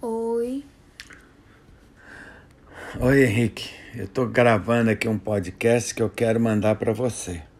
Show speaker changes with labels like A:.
A: Oi.
B: Oi, Henrique. Eu estou gravando aqui um podcast que eu quero mandar para você.